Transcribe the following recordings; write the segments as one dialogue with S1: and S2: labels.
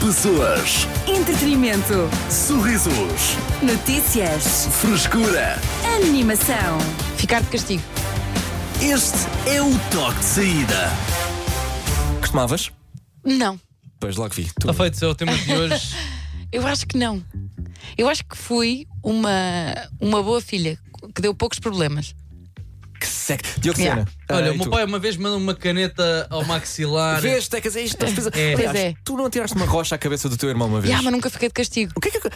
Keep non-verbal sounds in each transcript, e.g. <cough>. S1: Pessoas,
S2: Entretenimento.
S1: sorrisos,
S2: Notícias.
S1: frescura.
S2: Animação.
S3: Ficar de castigo.
S1: Este é o toque de saída.
S4: Costumavas?
S3: Não.
S4: Pois logo vi. Tu.
S5: Está feito, é o tema de hoje.
S3: Eu acho que não. Eu acho que fui uma, uma boa filha que deu poucos problemas.
S4: Que seco. Diogo
S3: Yeah.
S4: Sena. Ah,
S5: Olha,
S4: e
S5: o meu
S4: tu?
S5: pai uma vez mandou uma caneta ao maxilar.
S4: Vês, tecas, é isto. estás pensando-
S5: É.
S4: Aliás,
S3: Pois é.
S4: Tu não tiraste uma rocha à cabeça do teu irmão uma vez?
S3: Yeah, Ah, mas nunca fiquei de castigo.
S4: O que é que.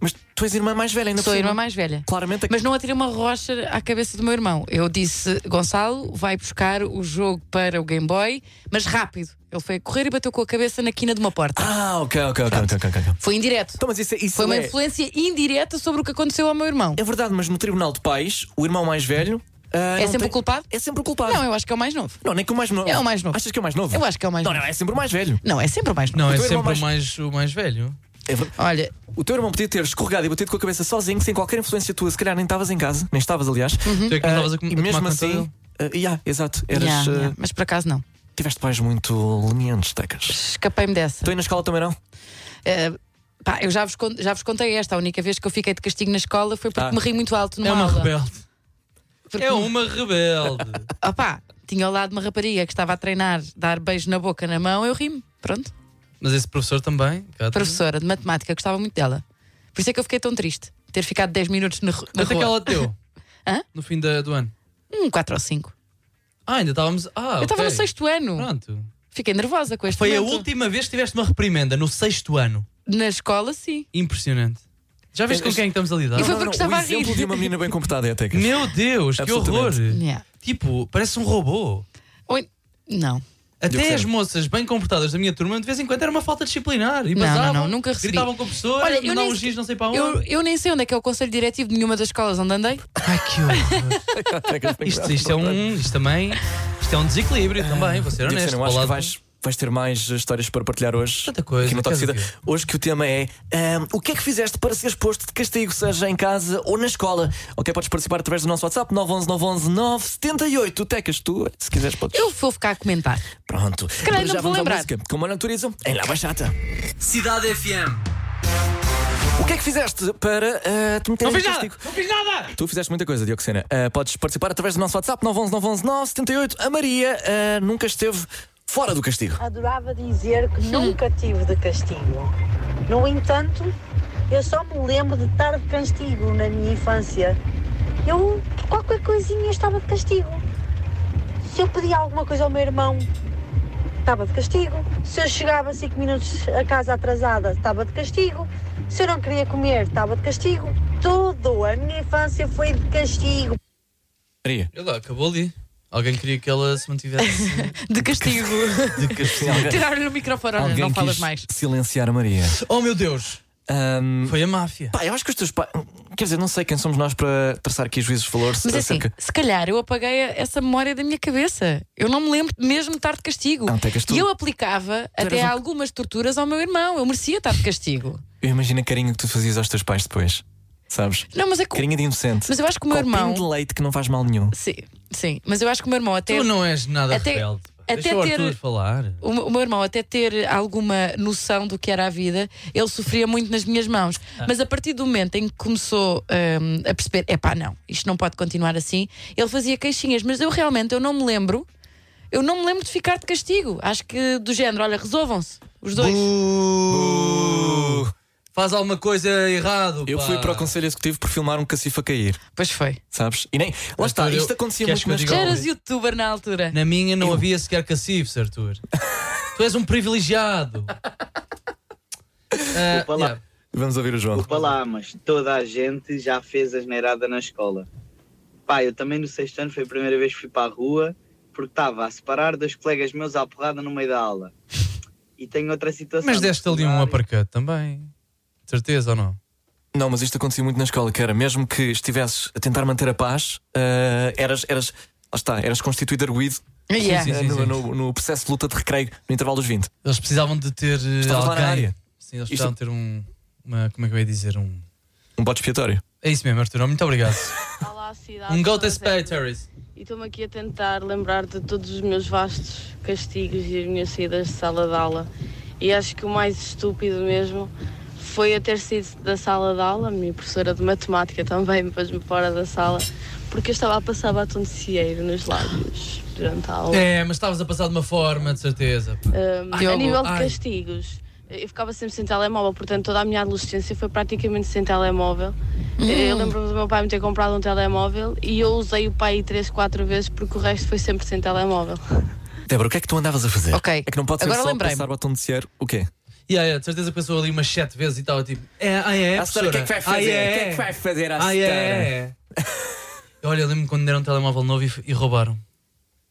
S4: Mas tu és irmã mais velha ainda
S3: Sou a
S4: por cima.
S3: irmã mais velha.
S4: Claramente a-
S3: Mas não atirei uma rocha à cabeça do meu irmão. Eu disse, Gonçalo, vai buscar o jogo para o Game Boy, mas rápido. Ele foi a correr e bateu com a cabeça na quina de uma porta.
S4: Ah, ok, ok, ok, ok, ok. ok.
S3: Foi indireto.
S4: Então, mas isso, isso
S3: Foi uma
S4: é...
S3: influência indireta sobre o que aconteceu ao meu irmão.
S4: é verdade, mas no tribunal de pais, o irmão mais velho.
S3: É sempre o culpado?
S4: É sempre o culpado.
S3: Não, eu acho que é o mais novo.
S4: Não, nem que o mais novo.
S3: É o mais novo.
S4: Achas que é o mais novo?
S3: Eu acho que é o mais
S4: Não,
S3: novo.
S4: não, é sempre o mais velho.
S3: Não, é sempre o mais novo.
S5: Não, é
S4: teu irmão
S5: sempre o mais, o mais velho.
S4: É ver-
S3: Olha,
S4: O teu irmão podia ter escorregado e batido com a cabeça sozinho, sem qualquer influência tua. Se calhar nem estavas em casa, nem estavas, aliás.
S3: Uhum.
S5: Tu é que
S4: Ah,
S5: não estavas a com- a
S4: e
S5: tomar
S4: mesmo
S5: conta
S4: assim.
S5: dele.
S4: ah, yeah, exato. Eras,
S3: yeah,
S4: ah,
S3: yeah, mas por acaso não.
S4: Tiveste pais muito lenientes, tecas.
S3: Escapei-me dessa.
S4: Tu aí na escola também não?
S3: Eh, pá, eu já vos, con- já vos contei esta. A única vez que eu fiquei de castigo na escola foi porque
S4: Ah.
S3: me ri muito alto numa
S5: É uma
S3: aula.
S5: rebelde.
S3: Porque-
S5: É uma rebelde.
S3: Opá, tinha ao lado uma rapariga que estava a treinar dar beijo na boca, na mão, eu ri-me. Pronto.
S5: Mas esse professor também. Cátia.
S3: Professora de matemática, gostava muito dela. Por isso é que eu fiquei tão triste. Ter ficado 10 minutos na, ru- na
S5: Quanto é que
S3: rua.
S5: ela deu?
S3: Hã?
S5: No fim da- do ano.
S3: Um 4 ou 5.
S5: Ah, ainda estávamos. Ah,
S3: Eu estava no sexto ano.
S5: Pronto.
S3: Fiquei nervosa com este
S5: Foi a
S3: momento.
S5: última vez que tiveste uma reprimenda, no sexto ano.
S3: Na escola, sim.
S5: Impressionante. Já viste com quem é que estamos a
S3: E
S5: lidar?
S3: foi
S4: Não, não,
S3: porque
S4: não.
S3: estava
S4: o
S3: a rir.
S4: exemplo de uma menina bem comportada é a tecas.
S5: Meu Deus, que horror!
S4: Absolutamente.
S3: Yeah.
S5: Tipo, parece um robô.
S3: Oi- Não.
S5: Até
S4: sei.
S5: as moças bem comportadas da minha turma, de vez em quando era uma falta disciplinar. E
S3: Não,
S5: passavam,
S3: não, não, nunca recebi.
S5: Gritavam com a pessoa,
S3: Olha, eu
S5: mandavam
S3: nem
S5: um
S3: sequer-
S5: giz não sei para onde.
S3: Eu, eu nem sei onde é que é o conselho diretivo de nenhuma das escolas onde andei.
S5: Ai, que horror.
S4: Tecas, bem
S5: <laughs> isto,
S4: cuidado.
S5: isto é um. Isto também. Isto é um desequilíbrio também, vou ser
S4: Diogo
S5: honesto.
S4: Sena, Ah, eu
S5: para o
S4: acho que
S5: lado-
S4: vais, vais ter mais eh, histórias para partilhar hoje.
S5: Tanta coisa,
S4: Aqui no
S5: queres
S4: Toxida.
S5: o quê?
S4: Hoje que o tema é ahm, o que é que fizeste para seres posto de castigo, seja em casa ou na escola? Ok, podes participar através do nosso WhatsApp 911 911 978. Tecas, tu, olha, se quiseres, podes.
S3: Eu vou ficar a comentar.
S4: Pronto.
S3: calhar
S4: Para
S3: não
S4: já
S3: me vou
S4: vamos à
S3: lembrar.
S4: música. Com Mano Turizo, em La Baixata.
S1: Cidade FM.
S4: O que é que fizeste para ah, te meter
S5: Não
S4: de
S5: fiz nada!
S4: castigo?
S5: Não fiz nada!
S4: Tu fizeste muita coisa, Diogo Sena. Ah, podes participar através do nosso WhatsApp 911 911 978. A Maria ah, nunca esteve fora do castigo.
S6: Adorava dizer que nunca tive de castigo. No entanto, eu só me lembro de estar de castigo na minha infância. Eu, por qualquer coisinha, eu estava de castigo. Se eu pedia alguma coisa ao meu irmão, estava de castigo. Se eu chegava cinco minutos a casa atrasada, estava de castigo. Se eu não queria comer, estava de castigo. Tudo, a minha infância foi de castigo.
S4: <laughs> Maria.
S5: Olha lá, acabou ali. Alguém queria que ela
S4: <laughs>
S5: se mantivesse
S3: De castigo.
S5: <laughs> de castigo.
S3: Tirar-lhe o microfone, olha,
S4: Alguém
S3: não falas
S4: quis
S3: mais.
S4: Silenciar a Maria.
S5: Oh meu Deus!
S4: Ahm,
S5: Foi a máfia.
S4: pá, eu acho que os teus pais. Quer dizer, não sei quem somos nós para traçar aqui juízos de valor.
S3: Mas é assim, se calhar eu apaguei a- essa memória da minha cabeça. Eu não me lembro mesmo de estar de castigo.
S4: Não, Tecas, tu-
S3: E eu aplicava até
S4: um-
S3: algumas torturas ao meu irmão. Eu merecia estar de castigo.
S4: Eu imagino a carinha que tu fazias aos teus pais depois. Sabes?
S3: Não, mas é que.
S4: Carinha de inocente.
S3: Mas eu acho que o meu
S4: Copinho
S3: irmão.
S4: de leite que não faz mal nenhum.
S3: Sim, sim. Mas eu acho que o meu irmão até.
S5: Tu não és nada
S3: até-
S5: rebelde. pá.
S3: até
S5: Deixa o
S3: ter-
S5: Arthur falar.
S3: O meu o meu irmão, até ter alguma noção do que era a vida, ele sofria muito nas minhas mãos.
S5: Ah.
S3: Mas a partir do momento em que começou hum, a perceber, epá, não, isto não pode continuar assim, ele fazia queixinhas. Mas eu realmente eu não me lembro, eu não me lembro de ficar de castigo. Acho que do género, olha, resolvam-se, os dois.
S4: Uh,
S5: Faz alguma coisa errado.
S4: eu
S5: pá.
S4: fui para o Conselho Executivo por filmar um cacifo a cair.
S3: Pois foi.
S4: Sabes? E nem. Lá está,
S5: Arthur, eu-
S4: isto acontecia
S5: queres
S4: muito nas
S5: que eu
S3: Já
S5: diga
S4: escolas.
S3: eras youtuber na altura.
S5: Na minha não havia sequer cacifes, Arthur. tu és um privilegiado. Ah,
S7: Desculpa lá.
S5: yeah.
S4: Vamos ouvir o João.
S7: Desculpa lá, mas toda a gente já fez a geneirada na escola. Pá, eu também no sexto ano foi a primeira vez que fui para a rua porque estava a separar dois colegas meus à porrada no meio da aula. E tenho outra situação.
S5: Mas
S7: no
S5: deste ali um
S7: secundário.
S5: uppercut também. De certeza ou não?
S4: Não, mas isto acontecia muito na escola, que era mesmo que estivesses a tentar manter a paz, ah, eras, eras, lá está, eras constituído arguído
S3: Yeah.
S5: sim,
S4: ah,
S5: sim.
S4: no, no- no processo de luta de recreio, no intervalo dos 20.
S5: Eles precisavam de ter eh,
S4: Estavas lá na
S5: alguém.
S4: área.
S5: Sim, eles precisavam de ter um. Uma, como é que eu ia dizer? Um.
S4: Um bote expiatório.
S5: É isso mesmo, Arthur. Muito obrigado.
S8: Olá, cidade.
S5: um Go to
S8: toda
S5: Space
S8: zero.
S5: Terrace.
S8: E estou-me aqui a tentar lembrar de todos os meus vastos castigos e as minhas saídas de sala de aula. E acho que o mais estúpido mesmo foi eu ter sido da sala de aula, a minha professora de matemática também me pôs-me fora da sala, porque eu estava a passar batom de cieiro nos lábios durante a aula.
S5: É, mas estavas a passar de uma forma, de certeza. pá.
S8: Um, a
S3: Diogo,
S8: nível de
S5: ai.
S8: castigos, eu ficava sempre sem telemóvel, portanto toda a minha adolescência foi praticamente sem telemóvel. Eh, Eu lembro-me do meu pai me ter comprado um telemóvel e eu usei o pai 3, 4 vezes porque o resto foi sempre sem telemóvel.
S4: Débora, o que é que tu andavas a fazer?
S3: Ok,
S4: É que não pode ser
S3: agora
S4: só
S3: lembrei-me.
S4: passar batom de cieiro. O quê?
S5: E yeah, yeah, de certeza pensou ali umas sete vezes e estava tipo, é, ah, é,
S4: A senhora, o que é que vai
S5: professora? Ah,
S4: fazer? O que é que vai fazer à
S5: Ah, é, é, é. Olha, eu lembro-me quando deram um telemóvel novo e, f- e roubaram.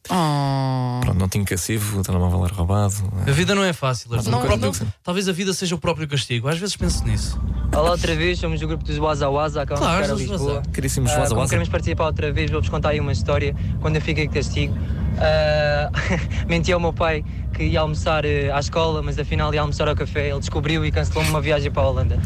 S3: Oh.
S4: Pronto, não tinha cassivo, o telemóvel era roubado.
S5: A vida não é fácil. Arthur.
S4: Não,
S5: O próprio-
S4: não.
S5: Talvez a vida seja o próprio castigo. Às vezes penso nisso.
S9: Olá outra vez, somos o grupo dos Waza Waza, é acabamos
S5: Claro,
S9: de chegar a
S5: os
S9: Lisboa.
S5: Waza.
S4: Caríssimos
S9: Ah,
S4: Waza
S9: como
S4: Waza.
S9: queremos participar outra vez, vou-vos contar aí uma história quando eu fiquei de castigo. Ah, <laughs> menti ao meu pai que ia almoçar eh, à escola, mas afinal ia almoçar ao café. Ele descobriu e cancelou-me uma viagem para a Holanda.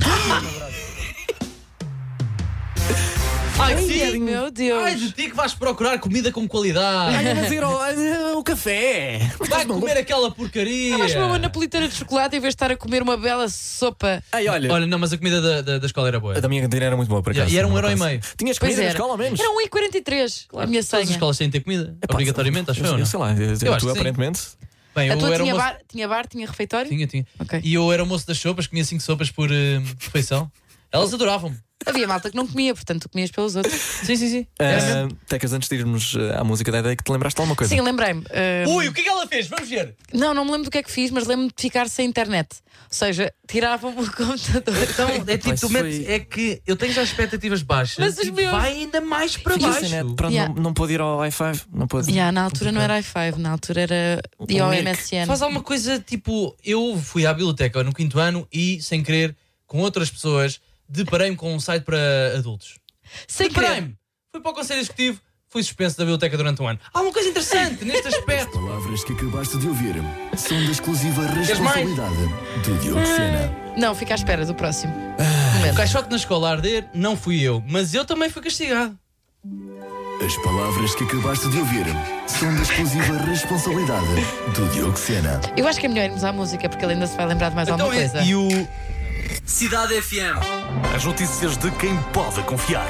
S5: Ai,
S3: Ai, meu Deus.
S5: Ai, de ti que vais procurar comida com qualidade.
S4: Ai, mas ir ao- ai, o café!
S5: Vai comer aquela porcaria.
S3: Mas uma napolitana de chocolate em vez de estar a comer uma bela sopa.
S4: Ai, olha,
S5: Olha, não, mas a comida da, da, da escola era boa.
S4: a da minha cantina era muito boa, por
S5: Yeah,
S4: acaso.
S5: e era um
S4: Por
S5: euro e
S4: acaso.
S5: meio.
S4: Tinhas
S3: Pois
S4: comida na
S3: era.
S4: escola, ao menos?
S3: Era 1,43. a minha
S5: Todas as
S3: senha.
S5: escolas têm de ter comida,
S4: Epá,
S5: um obrigatoriamente, acho eu,
S4: eu,
S5: não?
S4: Sei lá, eu,
S5: Eu acho
S4: tu
S5: que sim.
S4: aparentemente.
S5: Bem,
S3: A
S5: eu
S3: tua
S5: era
S3: tinha
S5: moço-
S3: bar, tinha bar, tinha refeitório?
S5: Tinha, tinha.
S3: Ok.
S5: E eu era o moço das sopas, comia cinco sopas por eh, refeição. Elas adoravam-me.
S3: Havia malta que não comia, portanto tu comias pelos outros.
S5: Sim, sim, sim.
S4: Ah, Tecas, antes de irmos ah, à música da ideia que te lembraste de alguma coisa.
S3: Sim, lembrei-me. ah,
S5: Ui, o que é que ela fez? Vamos ver.
S3: Não, não me lembro do que é que fiz, mas lembro-me de ficar sem internet. Ou seja, tiravam-me o <laughs> computador.
S5: Então, é tipo,
S4: Isso
S5: tu metes, é que eu tenho já expectativas baixas.
S3: Mas os
S5: e
S3: meus-
S5: Vai ainda mais para
S4: Tinha
S5: baixo.
S4: internet, pronto,
S3: Yeah.
S4: não, não pôde ir ao i5, não pôde.
S3: Yeah, na altura não era i5, na altura era ia ao
S4: Nick.
S3: MSN.
S5: Faz alguma coisa tipo. Eu fui à biblioteca no quinto ano e, sem querer, com outras pessoas, deparei-me com um site para adultos.
S3: Sem querer.
S5: Deparei-me! Fui para o Conselho Executivo, fui suspenso da biblioteca durante um ano. Há uma coisa interessante neste aspecto.
S1: Palavras que acabaste de ouvir são da exclusiva
S5: mais?
S1: responsabilidade do Diogo Sena.
S3: Não, fica à espera do próximo.
S5: O caixote na escola a arder não fui eu, mas eu também fui castigado.
S1: As palavras que acabaste de ouvir são da exclusiva responsabilidade do Diogo Sena.
S3: Eu acho que é melhor irmos à música porque ele ainda se vai lembrar de mais alguma
S5: é-
S3: coisa.
S5: e o.
S1: Cidade FM. As notícias de quem pode confiar.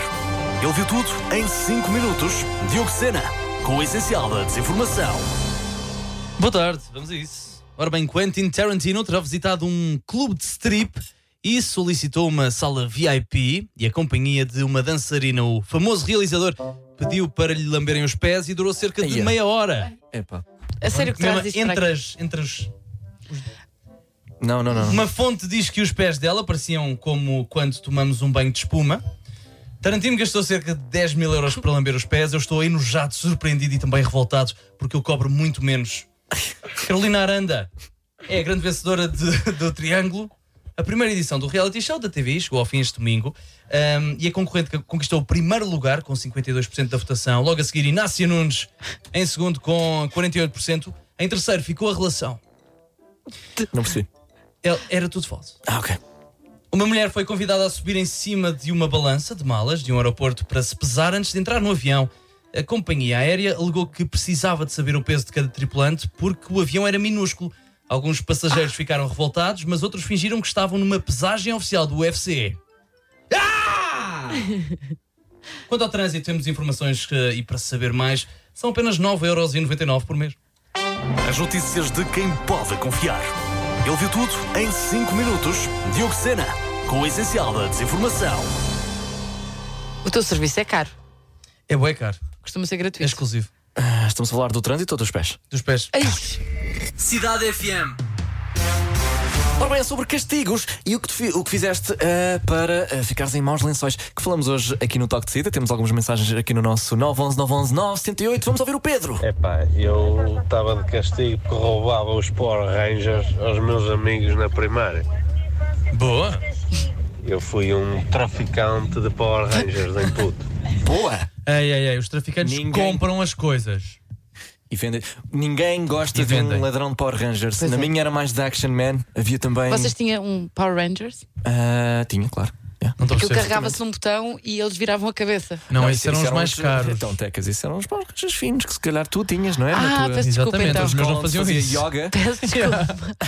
S1: Ele viu tudo em 5 minutos. Diogo Sena, com o essencial da desinformação.
S5: Boa tarde, vamos a isso. Ora bem, Quentin Tarantino terá visitado um clube de strip e solicitou uma sala VIP e a companhia de uma dançarina. O famoso realizador pediu para lhe lamberem os pés e durou cerca de
S4: Eia.
S5: meia hora.
S4: Epá.
S3: a sério que
S5: Mesmo
S3: traz isto para
S5: entre
S3: aqui?
S5: as, entre os.
S4: Não, não, não.
S5: Uma fonte diz que os pés dela pareciam como quando tomamos um banho de espuma. Tarantino gastou cerca de 10 mil euros para lamber os pés. Eu estou enojado, surpreendido e também revoltado porque eu cobro muito menos. Carolina Aranda é a grande vencedora de- do Triângulo. A primeira edição do reality show da TV chegou ao fim este domingo ahm, e a concorrente que conquistou o primeiro lugar com 52% da votação. Logo a seguir, Inácio Nunes em segundo com 48%. Em terceiro ficou a relação.
S4: Não percebi.
S5: Ele- Era tudo falso.
S4: Ah, ok.
S5: Uma mulher foi convidada a subir em cima de uma balança de malas de um aeroporto para se pesar antes de entrar no avião. A companhia aérea alegou que precisava de saber o peso de cada tripulante porque o avião era minúsculo. Alguns passageiros ficaram revoltados, mas outros fingiram que estavam numa pesagem oficial do UFC. Ah! <laughs> Quanto ao trânsito, temos informações que- e para saber mais, são apenas 9,99€ por mês.
S1: As notícias de quem pode confiar. Ele viu tudo em 5 minutos. Diogo Sena, com o essencial da desinformação.
S3: O teu serviço é caro,
S5: É bué caro.
S3: costuma ser
S5: É
S3: gratuito.
S5: exclusivo.
S4: Ah, Estamos a falar do trânsito ou dos pés?
S5: Dos pés.
S3: Ai,
S1: Cidade FM.
S4: Ora bem, é sobre castigos e o que, tu fi- o que fizeste ah, para ah, ficares em maus lençóis que falamos hoje aqui no Toque de Saída. Temos algumas mensagens aqui no nosso 911 911 978. Vamos ouvir o Pedro.
S5: É
S10: Epá, eu estava de castigo porque roubava os Power Rangers aos meus amigos na primária.
S5: Boa!
S10: Eu fui um traficante de Power Rangers em puto.
S4: Boa!
S5: Ei, ei, ei, os traficantes
S4: Ninguém-
S5: compram as coisas.
S4: E vendem. Ninguém gosta
S5: E
S4: de um
S5: vendem.
S4: ladrão de Power Rangers.
S3: Pois
S4: Na
S3: é.
S4: minha era mais de Action Man. Havia também.
S3: Vocês tinham um Power Rangers
S4: Ah, tinha, claro. Yeah.
S5: Não estou a
S3: É que
S5: perceber. é
S3: carregava-se num botão e eles viravam a cabeça.
S5: Não, um
S4: isso-
S5: esses eram
S4: isso
S5: os mais caros.
S4: Então, Tecas, esses eram os Power Rangers finos que se calhar tu tinhas, não é? Na
S3: Ah,
S4: tua-
S3: peço desculpa <laughs>
S5: Exatamente,
S3: então.
S5: os meus não
S4: onde
S5: faziam
S4: fazia
S5: isso.
S4: yoga.
S3: Peço desculpa.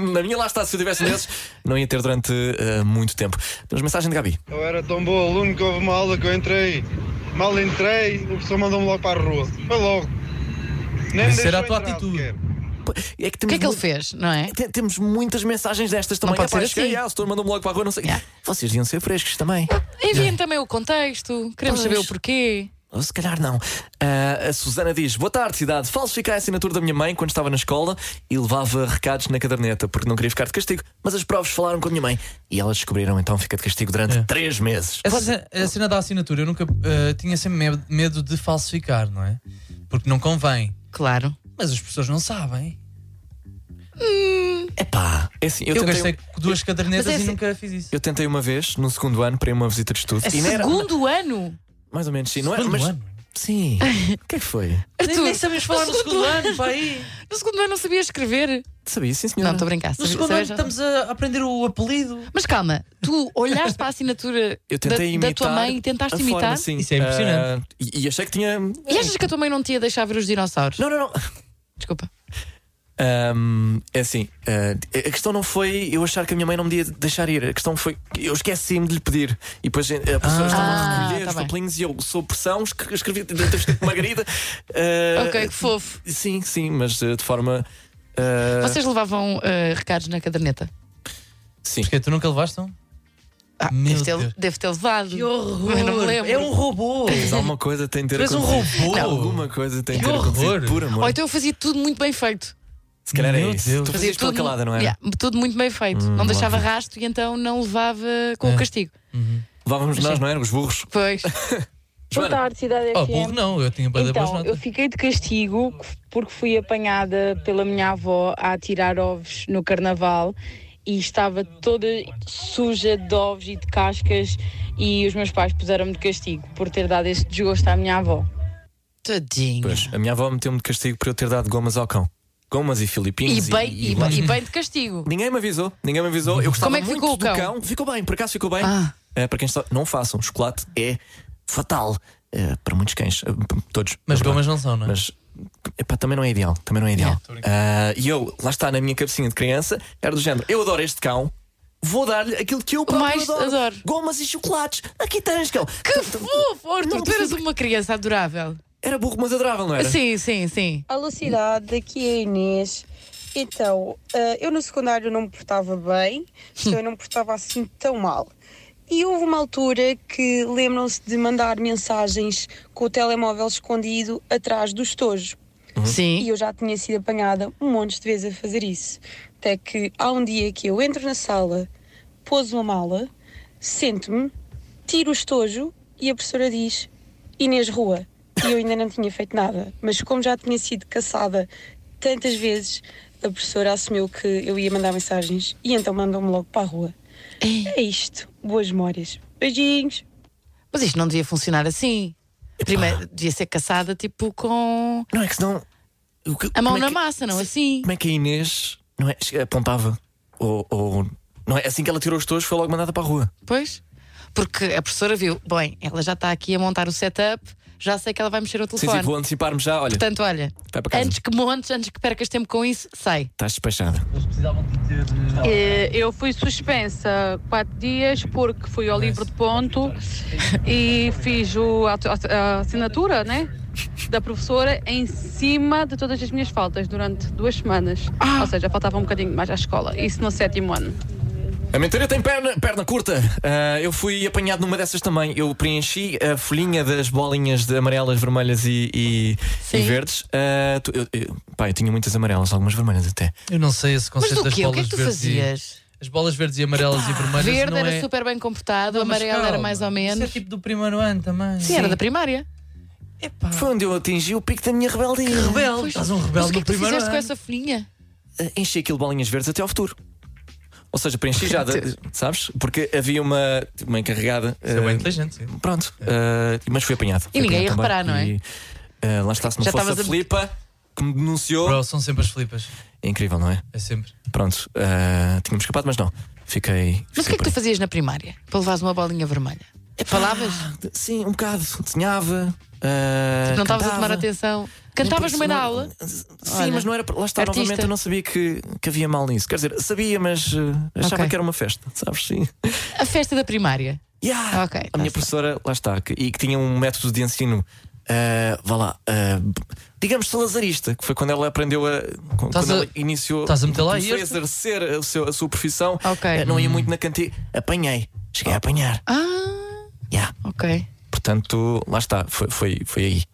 S4: <laughs> Na minha lá está, se eu tivesse nesses, não ia ter durante eh, muito tempo. Temos mensagem de Gabi.
S10: Eu era tão bom aluno que houve uma aula que eu entrei. Mal entrei, o professor mandou-me logo para a rua. Foi logo. Nem
S5: Isso era
S10: deixou
S5: a tua
S10: entrar
S5: atitude.
S10: sequer.
S4: É que
S3: O
S4: temos
S3: que é que ele
S4: mu-
S3: fez, não é?
S4: Tem- Temos muitas mensagens destas
S3: Não
S4: também.
S3: pode
S4: Epá,
S3: ser
S4: cheguei,
S3: assim.
S4: ah, o setor mandou-me logo para a rua, não sei.
S3: Yeah.
S4: Vocês iam ser frescos também.
S3: Enviem também o contexto, queremos
S4: Pois.
S3: saber o porquê.
S4: Ou se calhar não. Ah, a Susana diz: Boa tarde, cidade. Falsifiquei a assinatura da minha mãe quando estava na escola e levava recados na caderneta porque não queria ficar de castigo. Mas as provas falaram com a minha mãe e elas descobriram então fica de castigo durante três meses.
S5: Essa cena, a cena da assinatura, eu nunca eh, tinha sempre medo, medo de falsificar, não é? Porque não convém.
S3: Claro.
S5: Mas as pessoas não sabem.
S4: Epá, é assim, eu,
S5: Eu,
S4: tentei,
S5: gastei duas cadernetas
S3: Mas é
S5: e
S3: assim-
S5: nunca fiz isso.
S4: eu tentei uma vez no segundo ano para ir a uma visita de estudo.
S3: É
S4: E não era-
S3: segundo ano?
S4: mais ou menos, sim, não é?
S5: Segundo
S4: Mas,
S5: ano?
S4: Sim. O que é que foi?
S3: Arthur,
S5: nem sabemos falar no segundo ano, pá, <laughs> aí.
S3: no segundo ano não sabia escrever.
S4: Sabia, sim, senhora.
S3: Não, estou a brincar.
S5: No
S3: sabia-
S5: segundo ano
S3: sabia-
S5: estamos a aprender o apelido.
S3: Mas calma, tu olhaste para a assinatura da,
S4: Eu tentei imitar.
S3: da tua mãe e
S4: a
S3: tentaste
S4: forma,
S3: imitar?
S4: sim.
S5: Isso é impressionante.
S4: Ah, e, e achei que tinha.
S3: E achas que a tua mãe não te ia deixar ver os dinossauros?
S4: Não, não, não.
S3: Desculpa.
S4: Ahm, é assim, ah, a questão não foi eu achar que a minha mãe não me ia deixar ir, a questão foi que eu esqueci-me de lhe pedir. E depois eh, a pessoa estava a
S3: Ah,
S4: recolher
S3: tá
S4: os
S3: bem.
S4: papelinhos e eu, sob pressão, escre- escrevi dentro do escrito Margarida. Ah,
S3: ok, que fofo.
S4: Sim, sim, mas eh, de forma. ah,
S3: Vocês levavam eh, recados na caderneta?
S4: Sim.
S5: Porque tu nunca levaste um?
S3: Ah,
S5: Meu
S3: deve ter,
S5: Deus.
S3: deve ter levado.
S5: Que horror!
S3: Mas não me lembro.
S5: É um robô!
S4: Mas alguma coisa tem de ter
S5: Tu és um
S4: acontecido.
S5: robô!
S4: Alguma coisa tem de
S5: Que
S4: ter acontecido.
S5: horror!
S4: Por
S3: Ou
S4: amor.
S3: então eu fazia tudo muito bem feito.
S4: Se calhar é
S5: Meu
S4: isso.
S5: Deus.
S4: Tu fazias pela
S3: tudo mu-
S4: calada, não Hum, é?
S3: Yeah, tudo muito bem feito. não deixava
S4: óbvio.
S3: rasto e então não levava com
S5: É.
S3: o castigo.
S4: Levávamos nós, não éramos burros.
S3: Pois.
S6: Boa
S4: Joana,
S6: tarde, Cidade
S11: é
S5: Oh,
S6: FM.
S5: burro não, eu tinha bada boas
S11: Então, eu
S5: notas.
S11: fiquei de castigo porque fui apanhada pela minha avó a tirar ovos no carnaval e estava toda suja de ovos e de cascas e os meus pais puseram-me de castigo por ter dado esse desgosto à minha avó.
S3: Tadinho.
S4: pois, a minha avó meteu-me de castigo por eu ter dado gomas ao cão. Gomas e
S3: E
S4: filipinos.
S3: bem, e, bem,
S4: gomas.
S3: e bem de castigo.
S4: Ninguém me avisou, ninguém me avisou. Eu gostava
S3: Como é que
S4: muito
S3: ficou o
S4: do
S3: cão?
S4: Ficou bem, por acaso ficou bem.
S3: Ah.
S4: É, para quem está, não façam, chocolate é fatal É, para muitos cães, É, p- todos.
S5: Mas
S4: Mas-
S5: gomas não são, não é?
S4: mas epá, também não é ideal, também não é ideal. Ah, e eu, lá está na minha cabecinha de criança, era do género, eu adoro este cão. Vou dar-lhe aquilo que eu próprio
S3: mais
S4: adoro.
S3: adoro.
S4: Gomas e chocolates. Aqui tens, cão.
S3: Que fofo, Arthur,
S4: Não,
S3: tu eras uma criança adorável.
S4: Era burro, mas adorável, não era?
S3: Sim, sim, sim.
S11: Alô cidade, aqui é a Inês. Então, eh, eu no secundário não me portava bem, então eu não me portava assim tão mal. E houve uma altura que lembram-se de mandar mensagens com o telemóvel escondido atrás do estojo. Uhum. E
S3: Sim.
S11: eu já tinha sido apanhada um monte de vezes a fazer isso. Até que há um dia que eu entro na sala, pôs uma mala, sento-me, tiro o estojo e a professora diz Inês Rua. E eu ainda não tinha feito nada. Mas como já tinha sido caçada tantas vezes, a professora assumiu que eu ia mandar mensagens e então mandou-me logo para a rua. É isto. Boas memórias. Beijinhos.
S3: Mas isto não devia funcionar assim. Primeiro, devia ser caçada tipo com
S4: Não é que senão. o que-
S3: a mão
S4: como é
S3: na
S4: que-
S3: massa, não assim?
S4: Como é que a Inês não é, apontava? Ou, ou- não é? Assim que ela tirou os tojos, foi logo mandada para a rua.
S3: Pois. Porque a professora viu, bem, ela já está aqui a montar o setup, já sei que ela vai mexer o
S4: Sim,
S3: telefone.
S4: sim, vou antecipar-me já. Olha,
S3: Portanto, olha,
S4: vai para casa.
S3: antes que montes, antes que percas tempo com isso, sai.
S4: Estás despachada.
S11: Eh, Eu fui suspensa quatro dias porque fui ao livro de ponto e fiz o- a, a- a assinatura né, da professora em cima de todas as minhas faltas durante duas semanas.
S12: Ah!
S11: Ou seja, faltava um bocadinho mais à escola. Isso no sétimo ano.
S4: A mentoria tem perna, perna curta. Ah, eu fui apanhado numa dessas também. Eu preenchi a folhinha das bolinhas de amarelas, vermelhas e, e-
S3: Sim.
S4: e verdes. Ah, tu- eu, eu- pá, eu tinha muitas amarelas, algumas vermelhas até.
S5: Eu não sei esse
S3: Mas
S5: conceito
S3: do
S5: das
S3: quê? O que é
S5: bolas
S3: que tu
S5: verdes. e-
S3: fazias?
S5: As bolas verdes e amarelas e vermelhas.
S3: Verde
S5: não
S3: era
S5: é...
S3: super bem comportado,
S5: Não, mas
S3: amarelo era
S5: calma,
S3: mais ou
S5: Isso é
S3: menos.
S5: tipo do primeiro ano também.
S3: Sim, era da primária.
S5: Epá.
S4: Foi onde eu atingi o pico da minha rebeldia.
S5: Rebelde,
S3: Pois.
S5: estás um
S3: Mas
S5: rebelde
S3: o que é
S5: no
S3: que tu
S5: primeiro
S3: fizeste com
S5: ano.
S3: essa folhinha?
S4: Ah, enchi aquilo de bolinhas verdes até ao futuro. Ou seja, preenchi já, de- sabes? Porque havia uma, uma encarregada.
S5: Isso é
S4: ah,
S5: bem inteligente. sim.
S4: Pronto, eh, mas fui apanhado. Fui
S3: ninguém ia
S4: apanhado
S3: reparar,
S4: também.
S3: não é?
S4: E, eh, lá está, se não
S3: Já
S4: fosse a
S3: estavas a-
S4: Filipa que me denunciou.
S5: Bro, são sempre as flipas.
S4: É incrível, não é?
S5: É sempre.
S4: Pronto, eh, tínhamos escapado, mas não. Fiquei.
S3: Mas o que é que tu fazias na primária? Para levares uma bolinha vermelha? Falavas?
S4: Ah, tu Sim, um bocado. Desenhava. eh,
S3: Não estavas a
S4: cantava.
S3: tomar atenção Cantavas no meio da
S4: Não-
S3: aula?
S4: Sim, mas não era. Lá está,
S3: Artista.
S4: novamente, eu não sabia que, que havia mal nisso. Quer dizer, sabia, mas eh, achava
S3: Ok.
S4: que era uma festa, sabes? Sim.
S3: A festa da primária.
S4: Yeah.
S3: Ok. tá
S4: A minha professora, lá está, que- e que tinha um método de ensino, eh, vá lá, eh, b- digamos salazarista, que foi quando ela aprendeu a. qu-
S5: Estás
S4: Quando
S5: a-
S4: ela iniciou.
S5: estás a meter lá
S4: começou a
S5: este?
S4: exercer a, seu- a sua profissão.
S3: Ok. Hum.
S4: eh, não ia muito na cantina. Apanhei. Cheguei a apanhar.
S3: Ah,
S4: Yeah.
S3: ok.
S4: Portanto, lá está, foi, foi, foi aí.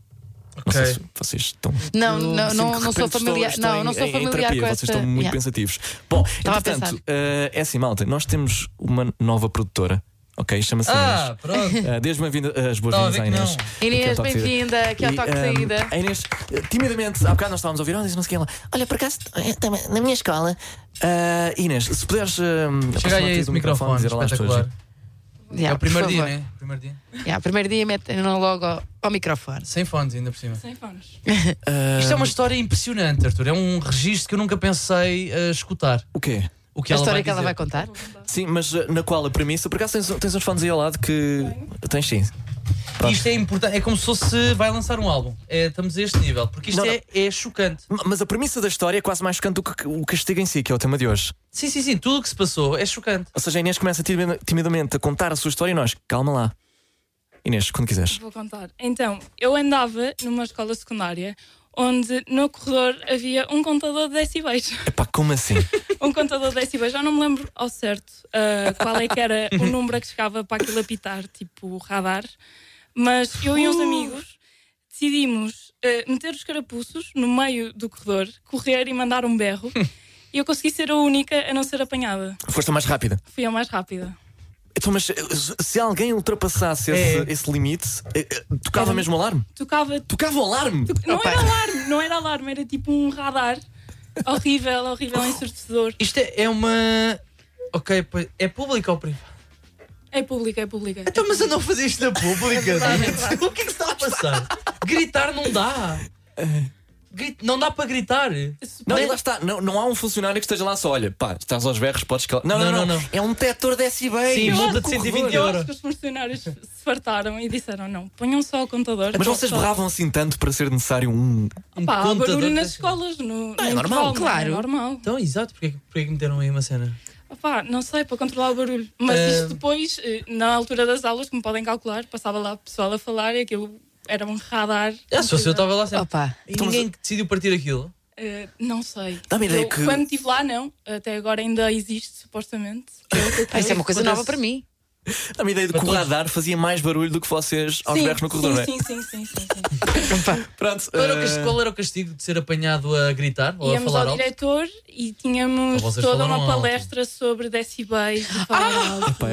S4: Não sei se vocês estão.
S3: Não, não,
S4: Sinto
S3: não,
S4: que de
S3: não sou
S4: repente
S3: familiar.
S4: estou- estou
S3: não,
S4: em-
S3: não sou
S4: em
S3: familiar
S4: terapia,
S3: com
S4: Vocês
S3: essa.
S4: estão muito
S3: Yeah.
S4: pensativos. Bom,
S3: Estava a
S4: entretanto,
S3: pensar.
S4: eh, é assim, malta, nós temos uma nova produtora, ok? Chama-se
S5: Ah,
S3: <laughs>
S5: pronto.
S4: Inês. Eh, desde bem-vinda, eh, as
S5: Estava a ver
S4: boas-vindas à
S5: que
S4: Inês.
S3: Inês,
S4: Aqui ao Toque de Saída.
S3: bem-vinda aqui ao
S4: E,
S3: Toque de
S4: ehm,
S3: Saída.
S4: A Inês, eh, timidamente, há bocado nós estávamos a ouvir, oh, disse-me que ela, olha, por acaso, eh, também, na minha escola. eh, Inês, se puderes. Uh,
S5: Chega aí a esse microfone, espetacular.
S3: Yeah,
S5: é o primeiro
S3: por
S5: dia,
S3: favor.
S5: né? Primeiro dia.
S3: Yeah, primeiro dia metem logo ao, ao microfone.
S5: Sem fones, ainda por cima. Isto
S4: Isto
S5: é uma história impressionante, Arthur. É um registro que eu nunca pensei eh, escutar.
S4: O quê?
S5: O que
S3: A
S5: ela
S3: história
S5: vai
S3: que ela
S5: dizer.
S3: vai contar.
S4: Sim, mas eh, na qual a premissa? Por acaso tens, tens uns fones aí ao lado que. Tens sim. Pronto.
S5: Isto é importante, é como se fosse vai lançar um álbum. É, estamos a este nível, porque isto
S4: Não, não.
S5: é, é chocante.
S4: M- Mas a premissa da história é quase mais chocante do que o castigo em si, que é o tema de hoje.
S5: Sim, sim, sim, tudo o que se passou é chocante.
S4: Ou seja, a Inês começa timida- timidamente a contar a sua história e nós, calma lá. Inês, quando quiseres.
S12: Vou contar. Então, eu andava numa escola secundária onde no corredor havia um contador de decibéis.
S4: Epá, como assim?
S12: Um contador de decibéis, já não me lembro ao certo ah, qual é que era o número a que chegava para aquilo apitar, tipo radar. Mas eu e uns amigos decidimos ah, meter os carapuços no meio do corredor, correr e mandar um berro. E eu consegui ser a única a não ser apanhada.
S4: Foste a mais rápida.
S12: Fui a mais rápida.
S4: Então, mas eh, se alguém ultrapassasse esse, esse limite, eh, eh, tocava mesmo o alarme?
S12: Tocava
S4: Tocava o alarme?
S12: Não era alarme, não era alarme, era tipo um radar horrível, horrível, ensurdecedor.
S5: Isto é, é uma. Ok, pois- é pública ou privada?
S12: É pública, é pública.
S5: Então, mas eu não fazia <laughs> isto na pública. <laughs> o que é que está a passar? Gritar não dá. Grit- Não dá para gritar.
S4: Não, e lá está. Não, não há um funcionário que esteja lá só, olha, pá, estás aos berros, podes calar. Não, não, não.
S5: Não, não, não.
S4: É um detector de decibéis.
S5: Sim,
S4: É um
S5: muda de
S4: corredor.
S5: 120
S12: Eu
S5: euros.
S12: acho que os funcionários se fartaram e disseram: não, ponham só o contador.
S4: Mas
S12: só-
S4: vocês
S12: só-
S4: borravam assim tanto para ser necessário um.
S5: Um
S12: Pá, há
S5: contador
S12: barulho
S5: de-
S12: nas escolas, no, no
S4: é normal,
S12: intervalo, não é
S3: claro.
S12: normal.
S5: assim. Então, exato, porque, é que- porque é que meteram aí uma cena?
S12: Opá, não sei, para controlar o barulho. Mas
S5: Eh,
S12: isto depois, eh, na altura das aulas, como podem calcular, passava lá o pessoal a falar e aquilo era um radar.
S5: Ah, se fosse eu
S12: horrível.
S5: estava lá sempre.
S3: Opa.
S5: E ninguém que decidiu partir aquilo.
S12: Eh, não sei.
S4: Dá-me ideia
S12: Eu,
S4: que-
S12: Quando estive lá, não. Até agora ainda existe, supostamente. Pelo que eu
S3: Ah, isso é uma coisa
S5: Acontece-
S3: nova para mim.
S4: A minha ideia de que o
S5: todos.
S4: radar fazia mais barulho do que vocês aos
S12: Sim,
S4: berros no corredor, não é?
S12: Sim, sim, sim, sim, sim, sim.
S4: Pronto.
S5: Qual era, o
S4: eh,
S5: castigo, qual era o castigo de ser apanhado a gritar ou a
S12: Íamos
S5: falar
S12: ao
S5: alto?
S12: diretor e
S5: Ou
S12: tínhamos
S5: vocês
S12: toda
S5: falaram
S12: uma
S5: alto.
S12: palestra sobre decibéis e falar alto.
S4: pá,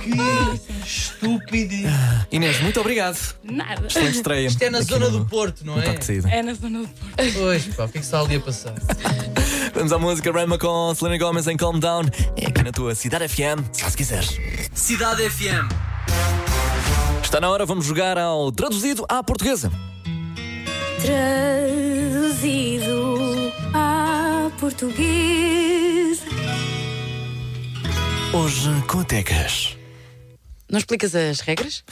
S5: Que estúpido!
S4: é. Inês, muito obrigado.
S12: Nada.
S4: Excelente estreia.
S5: Isto é na
S4: Aqui
S5: zona
S4: no-
S5: do Porto, não
S4: no
S5: é?
S4: Toque de Saída.
S12: É na zona do Porto.
S5: Pois, pá, o que é que está ali a passar?
S4: Vamos à música Rama com Selena Gomez em Calm Down. É aqui na tua Cidade FM, se lá se quiseres.
S1: Cidade FM.
S4: Está na hora, vamos jogar ao traduzido à portuguesa.
S13: Traduzido a português.
S4: Hoje com a Tecas.
S3: Não explicas as regras?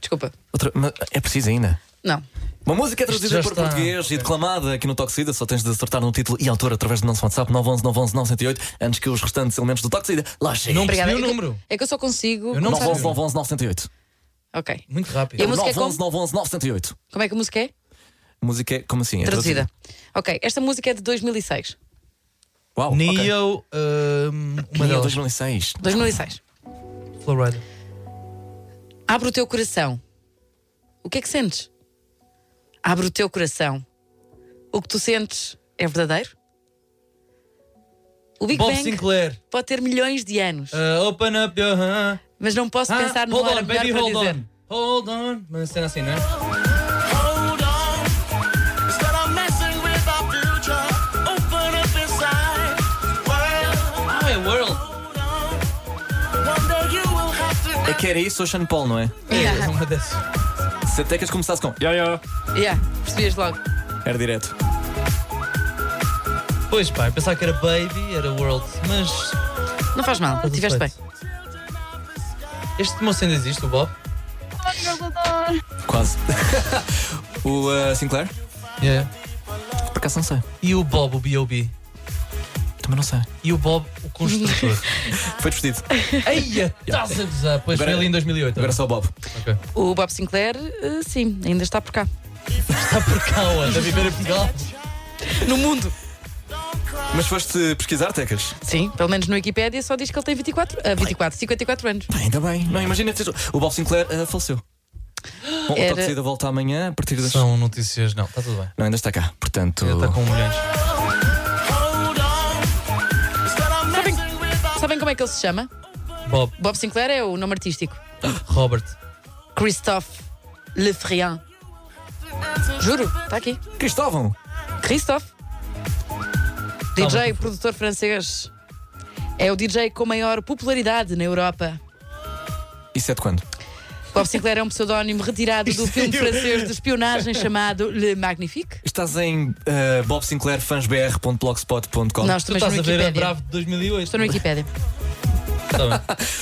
S3: Desculpa.
S4: Outra, mas é preciso ainda.
S3: Não.
S4: Uma música é traduzida
S5: já
S4: para
S5: está.
S4: português e declamada aqui no Toque de Saída. Só tens de acertar no título e autor através do nosso WhatsApp 911 911 908 antes que os restantes elementos do Toque de Saída lá cheguem.
S5: Não
S3: Obrigada.
S5: percebi o
S3: É que-
S5: número.
S3: É que eu só consigo.
S5: Eu não
S3: começar-
S4: 911 911 908.
S3: Ok.
S5: Muito
S3: E
S5: rápido.
S3: a música é
S4: 911
S3: como?
S4: 911 908.
S3: Como é que a música é?
S4: Música é como assim? É
S3: Traduzida. Ok, esta música é de 2006.
S4: Uau,
S5: Nem
S4: ok.
S5: eu, hum, uma
S4: Neo
S5: delas,
S4: 2006.
S3: 2006.
S5: Flow Rider.
S3: Abre o teu coração. O que é que sentes? Abre o teu coração. O que tu sentes é verdadeiro? O Big
S5: Bob
S3: Bang
S5: Sinclair.
S3: pode ter milhões de anos,
S5: uh, open up your hand.
S3: mas não posso
S5: Ah,
S3: pensar numa
S5: hold
S3: hora
S5: on, baby,
S3: melhor
S5: hold
S3: para dizer.
S5: on. Hold on. Uma cena assim, não é?
S1: <laughs> Hold on. Instead of messing with our future, open up inside. Well,
S5: Ah, é World.
S1: one day you will have to.
S4: É que era isso ou Sean Paul, não é?
S5: É uma dessas.
S4: Se até que as começasse com.
S3: Yeah, percebias logo.
S4: Era direto.
S5: Pois, pá, eu pensava que era Baby, era World, mas...
S3: Não faz mal,
S5: Faz
S3: estiveste bem.
S5: efeito. Este moço ainda existe, o Bob?
S4: <laughs> Quase. o uh, Sinclair?
S5: Yeah.
S4: Por acaso não sei.
S5: E o Bob, o B.O.B.
S4: Também não sei.
S5: E o Bob,
S3: <laughs>
S5: o construtor.
S4: Foi despedido.
S5: Eia, estás a gozar. Pois foi
S4: Agora-
S5: ali em 2008.
S4: Agora só o Bob.
S5: Ok.
S3: O Bob Sinclair, eh, sim, ainda está por cá.
S5: Está por cá, anda a viver
S4: <laughs>
S5: em Portugal.
S3: No mundo.
S4: Mas foste pesquisar, Tecas?
S3: Sim, pelo menos no Wikipédia só diz que ele tem 24, ah, 24 54 anos.
S4: Ainda bem. Não, imagina teres- O Bob Sinclair ah, faleceu. Bom, o
S3: Era-
S4: toque de saída volta amanhã a partir das.
S5: São notícias. Não, está tudo bem.
S4: Não, ainda está cá. Portanto.
S5: Está com um mulheres.
S3: Sabem, sabem como é que ele se chama?
S5: Bob,
S3: Bob Sinclair é o nome artístico.
S5: Robert.
S3: Christophe Lefrian. Juro, está aqui.
S4: Cristóvão!
S3: Christophe.
S4: Tá
S3: DJ, produtor francês. É o DJ com maior popularidade na Europa.
S4: Isso é de quando?
S3: Bob Sinclair é um pseudónimo retirado do filme francês de espionagem chamado Le Magnifique.
S4: Estás em ah, bobsinclairfansbr.blogspot.com.
S3: Não, estou Tu mesmo estás no a ver a Wikipédia. Bravo
S5: de 2008.
S3: Estou no Wikipédia.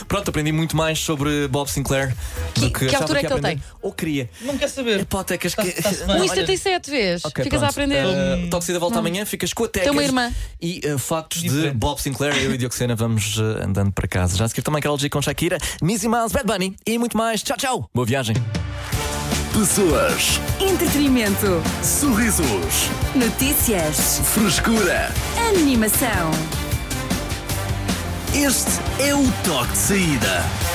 S4: Pronto, aprendi muito mais sobre Bob Sinclair do que,
S3: que
S4: achava
S3: altura é
S4: ia
S3: que ele
S4: aprender. Ou queria.
S5: Não quer saber.
S4: Hipotecas que. <laughs>
S3: Um 1,77 vez.
S4: Ok,
S3: Ficas a
S4: pronto.
S3: aprender.
S4: Eh, Toxida volta
S3: Não.
S4: amanhã, ficas com a Tecas.
S3: Tem uma irmã.
S4: E eh, factos de Bob Sinclair, eu e Dioxena vamos eh, andando para casa. Já a seguir também Carol G com Shakira, Missy Miles, Bad Bunny e muito mais. Tchau, tchau. Boa viagem.
S1: Pessoas,
S2: Entretenimento.
S1: sorrisos,
S2: Notícias.
S1: frescura.
S2: Animação.
S1: Este é o toque de saída.